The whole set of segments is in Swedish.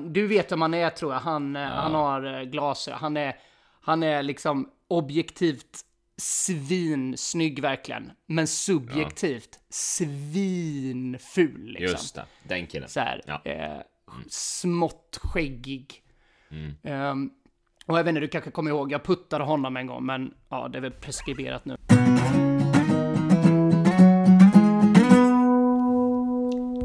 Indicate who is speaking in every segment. Speaker 1: du vet vem han är tror jag. Han, eh, han har eh, glasögon. Han är, han är liksom objektivt svinsnygg verkligen. Men subjektivt svinful liksom.
Speaker 2: Just det, den killen.
Speaker 1: Så här,
Speaker 2: Ja. Mm.
Speaker 1: eh, smått skäggig. Ehm, och jag vet inte, du kanske kommer ihåg, jag puttade honom en gång, men ja, det är väl preskriberat nu.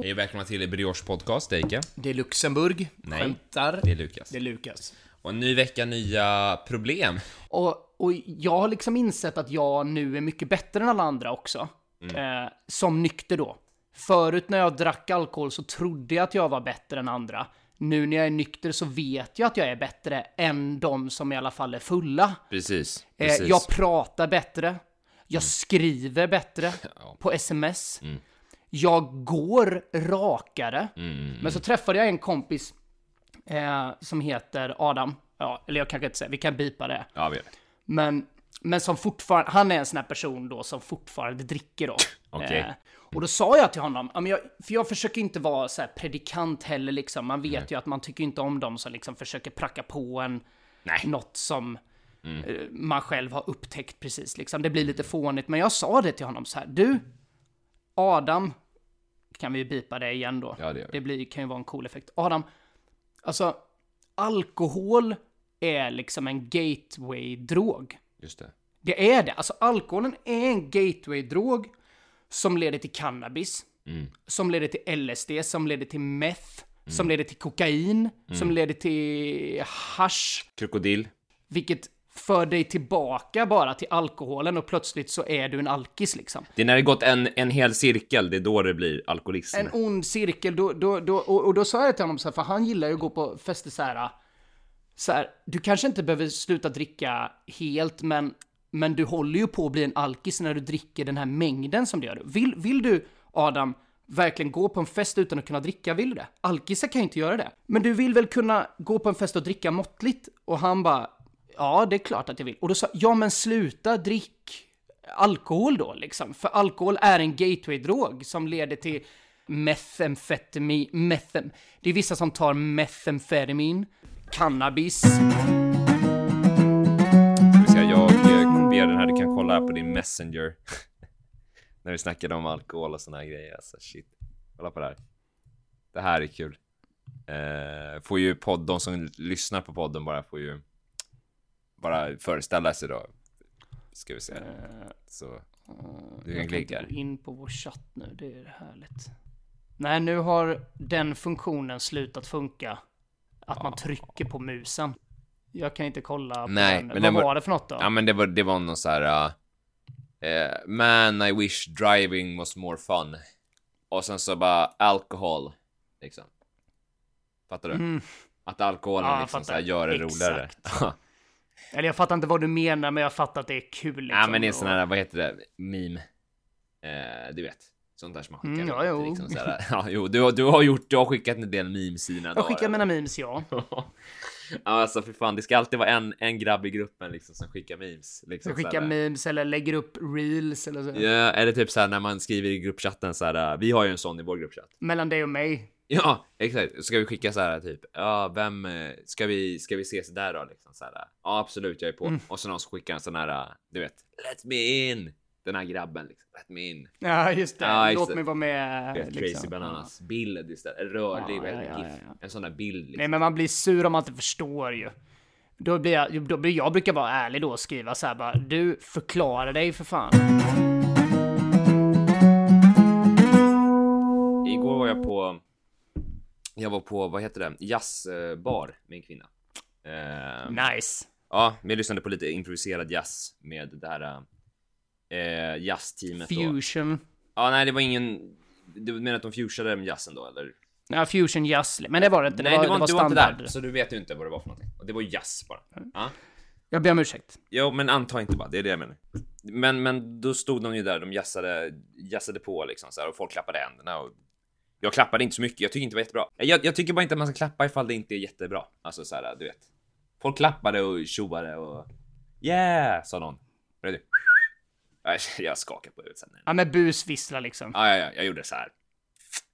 Speaker 2: Hej och välkomna till Brioche Podcast, det är Ike.
Speaker 1: Det är Luxemburg,
Speaker 2: Nej,
Speaker 1: skämtar.
Speaker 2: Det är Lukas.
Speaker 1: Det är Lukas.
Speaker 2: Och en ny vecka, nya problem.
Speaker 1: Och, och jag har liksom insett att jag nu är mycket bättre än alla andra också. Eh, som nykter då. Förut när jag drack alkohol så trodde jag att jag var bättre än andra. Nu när jag är nykter så vet jag att jag är bättre än de som i alla fall är fulla.
Speaker 2: Precis.
Speaker 1: Eh,
Speaker 2: precis.
Speaker 1: jag pratar bättre. Jag skriver bättre på sms. Jag går rakare. Men så träffade jag en kompis eh, som heter Adam. Ja, eller jag kanske inte säger, vi kan bipa det.
Speaker 2: Ja, vi gör det.
Speaker 1: Men, men som fortfarande, han är en sån här person då som fortfarande dricker då. Eh,
Speaker 2: Okej.
Speaker 1: och då sa jag till honom, ja, men jag, för jag försöker inte vara så här predikant heller liksom. Man vet
Speaker 2: Mm.
Speaker 1: ju att man tycker inte om dem som liksom försöker pracka på en
Speaker 2: Nej. Mm.
Speaker 1: något som eh, man själv har upptäckt precis liksom. Det blir lite fånigt, men jag sa det till honom så här, du, Adam, kan vi ju bipa det igen då.
Speaker 2: Ja, det gör vi.
Speaker 1: det blir, kan ju vara en cool effekt. Adam, alltså alkohol är liksom en gateway-drog.
Speaker 2: Just det.
Speaker 1: Det är det. Alltså alkoholen är en gateway-drog som leder till cannabis, som leder till LSD, som leder till meth, som leder till kokain, som leder till hash,
Speaker 2: Krokodil.
Speaker 1: vilket för dig tillbaka bara till alkoholen och plötsligt så är du en alkis liksom.
Speaker 2: Det är när det gått en, en hel cirkel, det är då det blir alkoholism.
Speaker 1: En ond cirkel. Då, då, då, och, och då sa jag till honom så här, för han gillar ju att gå på fester så här. Så här, du kanske inte behöver sluta dricka helt, men, men du håller ju på att bli en alkis när du dricker den här mängden som du gör. Vill, vill du, Adam, verkligen gå på en fest utan att kunna dricka? Vill du det? Alkisar kan ju inte göra det. Men du vill väl kunna gå på en fest och dricka måttligt? Och han bara, ja, det är klart att jag vill. Och då sa jag, ja men sluta drick alkohol då liksom. För alkohol är en gateway-drog som leder till metamfetamin, metam... Det är vissa som tar metamfetamin, cannabis.
Speaker 2: Ska vi säga, jag eh, kopierar den här, du kan kolla här på din messenger. när vi snackade om alkohol och såna här grejer, alltså shit. Kolla på det här. Det här är kul. Eh, får ju podd, de som lyssnar på podden bara får ju bara föreställa sig då. Ska vi se. Så. Du kan
Speaker 1: Jag
Speaker 2: klicka
Speaker 1: inte
Speaker 2: här.
Speaker 1: gå in på vår chatt nu, det är härligt. Nej, nu har den funktionen slutat funka. Att man trycker på musen. Jag kan inte kolla på
Speaker 2: Nej,
Speaker 1: den.
Speaker 2: men
Speaker 1: Vad
Speaker 2: den
Speaker 1: var...
Speaker 2: var-
Speaker 1: det för något då?
Speaker 2: Ja men det var, det var någon så här. eh, eh, man I wish driving was more fun. Och sen så bara alkohol. Liksom. Fattar du? Att alkoholen
Speaker 1: Mm. Ja, jag
Speaker 2: liksom
Speaker 1: fattar.
Speaker 2: så här gör det
Speaker 1: Exakt.
Speaker 2: roligare.
Speaker 1: Eller jag fattar inte vad du menar, men jag fattar att det är kul. Liksom,
Speaker 2: ja men det är
Speaker 1: och-
Speaker 2: sån här, vad heter det, meme. Eh, du vet. Sånt där som man skickar.
Speaker 1: Mm, ja,
Speaker 2: runt,
Speaker 1: jo.
Speaker 2: Liksom så här, ja, jo du, har- du har gjort, du har skickat en del memes i dina
Speaker 1: Jag
Speaker 2: dagar,
Speaker 1: skickar
Speaker 2: eller?
Speaker 1: mina memes, ja.
Speaker 2: Ja, alltså för fan, det ska alltid vara en, en grabb i gruppen liksom som skickar memes. Liksom,
Speaker 1: Jag
Speaker 2: så
Speaker 1: skickar
Speaker 2: här.
Speaker 1: memes eller lägger upp reels eller så.
Speaker 2: Ja, eller typ såhär när man skriver i gruppchatten såhär, vi har ju en sån i vår gruppchatt.
Speaker 1: Mellan dig och mig.
Speaker 2: Ja, exakt. Så ska vi skicka såhär typ, ja vem, eh, ska vi, ska vi ses där då liksom såhär, ja absolut jag är på.
Speaker 1: Mm.
Speaker 2: Och så någon som skickar en sån här, eh, du vet, let me in. Den här grabben liksom, let me in.
Speaker 1: Ja, just det.
Speaker 2: Ja,
Speaker 1: Låt
Speaker 2: exakt.
Speaker 1: mig vara med. liksom.
Speaker 2: Du vet, Crazy Bananas bild istället, eller rörlig,
Speaker 1: Ja,
Speaker 2: vad heter
Speaker 1: ja,
Speaker 2: det?
Speaker 1: ja,
Speaker 2: GIF.
Speaker 1: ja.
Speaker 2: En sån där bild
Speaker 1: Nej,
Speaker 2: liksom.
Speaker 1: men man blir sur om man inte förstår ju. Då blir jag, då blir, jag brukar vara ärlig då och skriva så här bara, du förklara dig för fan.
Speaker 2: Ehm, Igår var jag på, jag var på, vad heter det, jazzbar med en kvinna. Eh,
Speaker 1: Nice.
Speaker 2: Ja, men jag lyssnade på lite improviserad jazz med det här eh, jazzteamet då.
Speaker 1: Fusion.
Speaker 2: Ja, nej, det var ingen... Du menar att de fusionade med jazzen då eller?
Speaker 1: Ja, fusion jazz. Men det var det inte.
Speaker 2: nej,
Speaker 1: det var, det var
Speaker 2: du var inte
Speaker 1: standard. Mm.
Speaker 2: där, så du vet ju inte vad det var för någonting. Och det var jazz bara. Ja.
Speaker 1: Jag ber om ursäkt.
Speaker 2: Jo, men anta inte bara, det är det jag menar. Men, men då stod de ju där, de jazzade, jazzade på liksom så här, och folk klappade händerna och jag klappade inte så mycket, jag tycker inte det var jättebra. Jag, jag tycker bara inte att man ska klappa ifall det inte är jättebra. Alltså så här, du vet. Folk klappade och tjoade och yeah, sa någon. Vet du? Jag- Jag skakar på huvudet sen.
Speaker 1: Ja, men busvissla liksom.
Speaker 2: Ja, ja, ja, jag gjorde så här.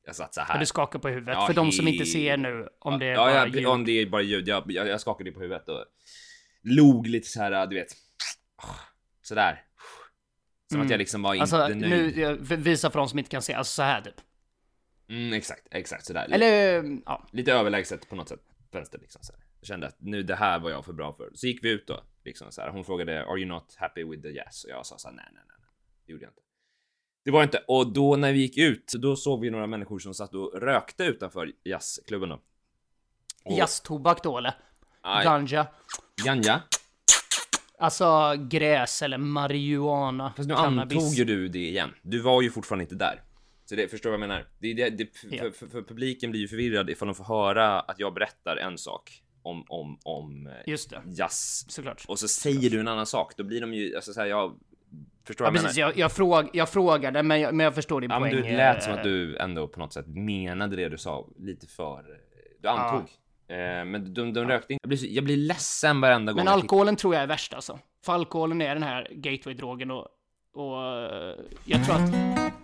Speaker 2: Jag satt så
Speaker 1: Ja,
Speaker 2: här.
Speaker 1: Du skakar på huvudet.
Speaker 2: Ja,
Speaker 1: för de som inte
Speaker 2: he-
Speaker 1: ser nu, om det är
Speaker 2: ja,
Speaker 1: bara
Speaker 2: ja,
Speaker 1: ljud.
Speaker 2: om det är bara ljud. Jag, jag, jag skakade på huvudet och log lite så här, du vet. Sådär. Som
Speaker 1: Mm.
Speaker 2: att jag liksom var
Speaker 1: Alltså,
Speaker 2: inte nöjd.
Speaker 1: nu, jag visar för de som inte kan se. Alltså så här typ.
Speaker 2: Mm, exakt, exakt sådär.
Speaker 1: Eller, ja.
Speaker 2: lite överlägset på något sätt. Vänster liksom så här. Jag kände att nu det här var jag för bra för. Så gick vi ut då. Liksom så här. Hon frågade are you not happy with the yes? Och jag sa så här, nej, nej, nej, nej. Det gjorde jag inte. Det var jag inte. Och då när vi gick ut, då såg vi några människor som satt och rökte utanför jazzklubben då. Och-
Speaker 1: Jazztobak då eller?
Speaker 2: Aj,
Speaker 1: Ganja.
Speaker 2: Janja.
Speaker 1: Alltså gräs eller marijuana.
Speaker 2: Fast nu
Speaker 1: cannabis.
Speaker 2: antog ju du det igen. Du var ju fortfarande inte där. Så det, förstår du vad jag menar? Det, är det, det,
Speaker 1: Ja.
Speaker 2: för, för, för publiken blir ju förvirrad ifall de får höra att jag berättar en sak om, om, om eh,
Speaker 1: Just det,
Speaker 2: jazz
Speaker 1: såklart.
Speaker 2: och så säger du en annan sak, då blir de ju, alltså så här, jag förstår
Speaker 1: Ja,
Speaker 2: vad jag
Speaker 1: precis,
Speaker 2: menar.
Speaker 1: jag, jag, fråg, jag frågade, men jag, men jag förstår din
Speaker 2: Ja, men
Speaker 1: poäng.
Speaker 2: du lät som
Speaker 1: eh,
Speaker 2: att du ändå på något sätt menade det du sa lite för, du antog. Eh, men de, de rökte inte. Jag blir, så- jag blir ledsen varenda gång.
Speaker 1: Men
Speaker 2: jag tittar.
Speaker 1: alkoholen tror jag är värst alltså. För alkoholen är den här gateway-drogen och, och eh, jag tror att...